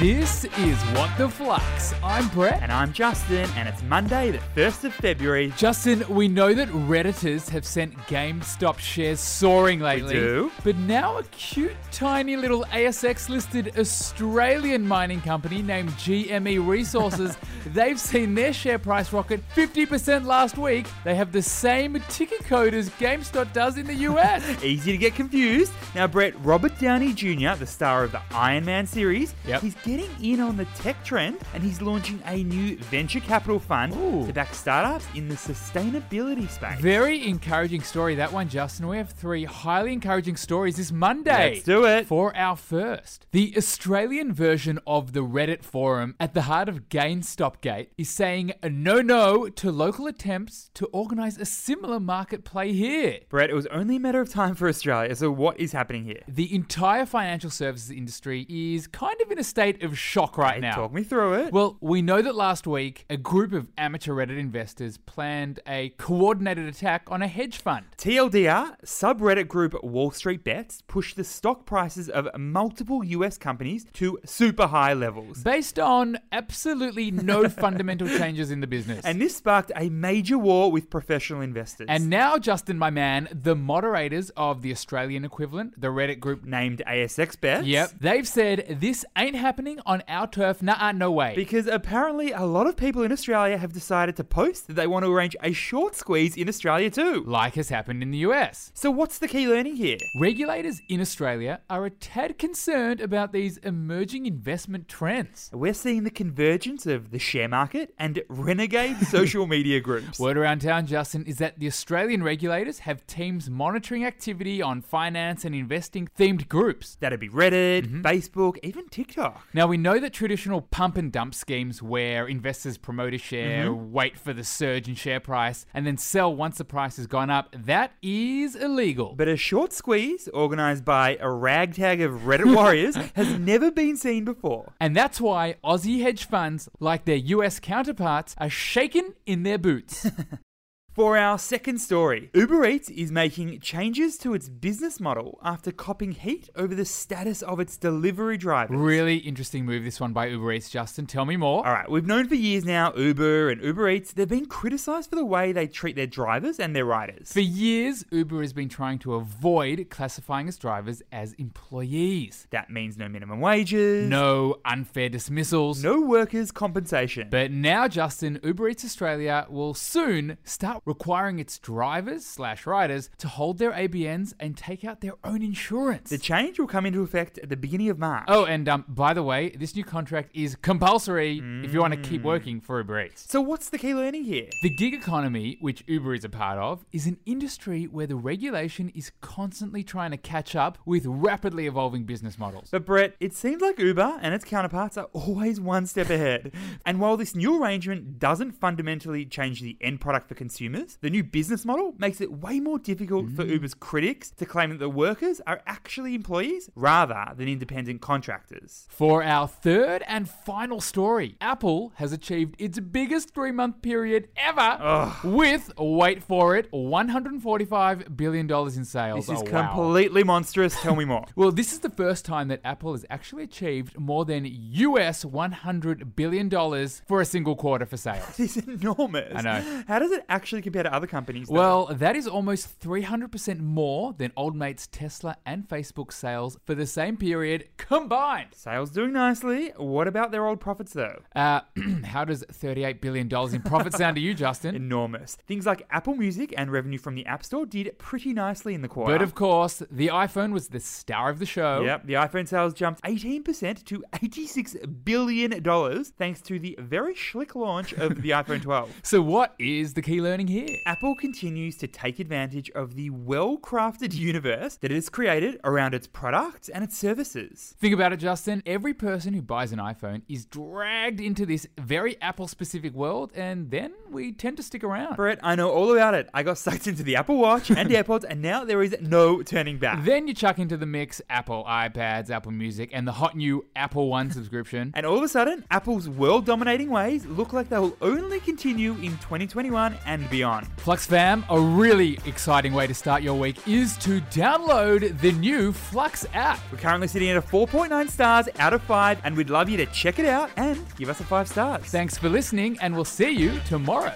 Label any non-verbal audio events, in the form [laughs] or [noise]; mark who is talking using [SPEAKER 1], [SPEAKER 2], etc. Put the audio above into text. [SPEAKER 1] This is What the Flux. I'm Brett.
[SPEAKER 2] And I'm Justin, and it's Monday, the 1st of February.
[SPEAKER 1] Justin, we know that Redditors have sent GameStop shares soaring lately.
[SPEAKER 2] do.
[SPEAKER 1] But now a cute, tiny little ASX listed Australian mining company named GME
[SPEAKER 2] [laughs]
[SPEAKER 1] Resources, they've seen their share price rocket 50% last week. They have the same ticker code as GameStop does in the US.
[SPEAKER 2] [laughs] Easy to get confused. Now, Brett, Robert Downey Jr., the star of the Iron Man series,
[SPEAKER 1] Yep.
[SPEAKER 2] he's getting in on the tech trend and he's launching a new venture capital fund
[SPEAKER 1] Ooh.
[SPEAKER 2] to back startups in the sustainability space.
[SPEAKER 1] Very encouraging story, that one, Justin. We have three highly encouraging stories this Monday.
[SPEAKER 2] Let's do it.
[SPEAKER 1] For our first, the Australian version of the Reddit forum at the heart of GameStopgate is saying a no no to local attempts to organise a similar market play here.
[SPEAKER 2] Brett, it was only a matter of time for Australia, so what is happening here?
[SPEAKER 1] The entire financial services industry is kind of in a state of shock right
[SPEAKER 2] Hey,
[SPEAKER 1] now.
[SPEAKER 2] Talk me through it.
[SPEAKER 1] Well, we know that last week a group of amateur Reddit investors planned a coordinated attack on a hedge fund.
[SPEAKER 2] TLDR, subreddit group Wall Street Bets pushed the stock prices of multiple US companies to super high levels.
[SPEAKER 1] based on absolutely
[SPEAKER 2] [laughs]
[SPEAKER 1] no fundamental changes in the business.
[SPEAKER 2] And this sparked a major war with professional investors.
[SPEAKER 1] And now, Justin, my man, the moderators of the Australian equivalent, the Reddit group.
[SPEAKER 2] named ASX Bets.
[SPEAKER 1] Yep, they've said this ain't happening on our turf. Nah, ah, no way.
[SPEAKER 2] Because apparently a lot of people in Australia have decided to post that they want to arrange a short squeeze in Australia too.
[SPEAKER 1] like has happened in the US.
[SPEAKER 2] So what's the key learning here?
[SPEAKER 1] Regulators in Australia are a tad concerned about these emerging investment trends.
[SPEAKER 2] We're seeing the convergence of the share market and
[SPEAKER 1] [laughs]
[SPEAKER 2] renegade social media groups.
[SPEAKER 1] Word around town, Justin, is that the Australian regulators have teams monitoring activity on finance and investing themed groups.
[SPEAKER 2] That'd be Reddit,
[SPEAKER 1] mm-hmm.
[SPEAKER 2] Facebook, even TikTok.
[SPEAKER 1] Now, we know that traditional pump and dump schemes where investors promote a share,
[SPEAKER 2] Mm-hmm.
[SPEAKER 1] wait for the surge in share price, and then sell once the price has gone up, that is illegal.
[SPEAKER 2] But a short squeeze organized by a ragtag of Reddit
[SPEAKER 1] [laughs]
[SPEAKER 2] warriors has never been seen before.
[SPEAKER 1] and that's why Aussie hedge funds, like their US counterparts, are shaken in their
[SPEAKER 2] [laughs]
[SPEAKER 1] boots.
[SPEAKER 2] For our second story, Uber Eats is making changes to its business model after copping heat over the status of its delivery drivers.
[SPEAKER 1] really interesting move, this one by Uber Eats, Justin. Tell me more.
[SPEAKER 2] All right, we've known for years now Uber and Uber Eats, they've been criticized for the way they treat their drivers and their riders.
[SPEAKER 1] For years, Uber has been trying to avoid classifying its drivers as employees.
[SPEAKER 2] that means no minimum wages,
[SPEAKER 1] No unfair dismissals.
[SPEAKER 2] no workers' compensation.
[SPEAKER 1] But now, Justin, Uber Eats Australia will soon start requiring its drivers slash riders to hold their ABNs and take out their own insurance.
[SPEAKER 2] the change will come into effect at the beginning of March.
[SPEAKER 1] oh, and um, by the way, this new contract is compulsory if you want to keep working for Uber Eats.
[SPEAKER 2] So, what's the key learning here?
[SPEAKER 1] The gig economy, which Uber is a part of, is an industry where the regulation is constantly trying to catch up with rapidly evolving business models.
[SPEAKER 2] But Brett, it seems like Uber and its counterparts are always one
[SPEAKER 1] [laughs]
[SPEAKER 2] step ahead. and while this new arrangement doesn't fundamentally change the end product for consumers, the new business model makes it way more difficult
[SPEAKER 1] Mm.
[SPEAKER 2] for Uber's critics to claim that the workers are actually employees rather than independent contractors.
[SPEAKER 1] For our third and final story, Apple has achieved its biggest three month period ever with, wait for it, $145 billion in sales.
[SPEAKER 2] This is
[SPEAKER 1] Oh, wow.
[SPEAKER 2] completely monstrous. Tell me more. [laughs]
[SPEAKER 1] Well, this is the first time that Apple has actually achieved more than US $100 billion for a single quarter for
[SPEAKER 2] [laughs]
[SPEAKER 1] sales.
[SPEAKER 2] This is enormous.
[SPEAKER 1] I know.
[SPEAKER 2] How does it actually compare to other companies? though?
[SPEAKER 1] Well, that is almost 300% more than old mates Tesla and Facebook sales for the same period combined.
[SPEAKER 2] sales doing nicely. What about their old profits though?
[SPEAKER 1] [laughs] Uh, [clears throat] how does $38 billion in profit sound to you, Justin?
[SPEAKER 2] Enormous. Things like Apple Music and revenue from the App Store did pretty nicely in the quarter.
[SPEAKER 1] But of course, the iPhone was the star of the show.
[SPEAKER 2] Yep, the iPhone sales jumped 18% to $86 billion thanks to the very schlick launch of the iPhone 12.
[SPEAKER 1] So, what is the key learning here?
[SPEAKER 2] Apple continues to take advantage of the well crafted universe that it has created around its products and its services.
[SPEAKER 1] Think about it, Justin. Every person who buys an iPhone is dragged into this very Apple specific world, and then we tend to stick around.
[SPEAKER 2] Brett, I know all about it. I got sucked into the Apple Watch and AirPods, and now there is no turning back.
[SPEAKER 1] Then you chuck into the mix Apple iPads, Apple Music, and the hot new Apple One subscription.
[SPEAKER 2] And all of a sudden, Apple's world dominating ways look like they will only continue in 2021 and on.
[SPEAKER 1] Flux fam, a really exciting way to start your week is to download the new Flux app.
[SPEAKER 2] We're currently sitting at a 4.9 stars out of 5, and we'd love you to check it out and give us a 5 stars.
[SPEAKER 1] Thanks for listening, and we'll see you tomorrow.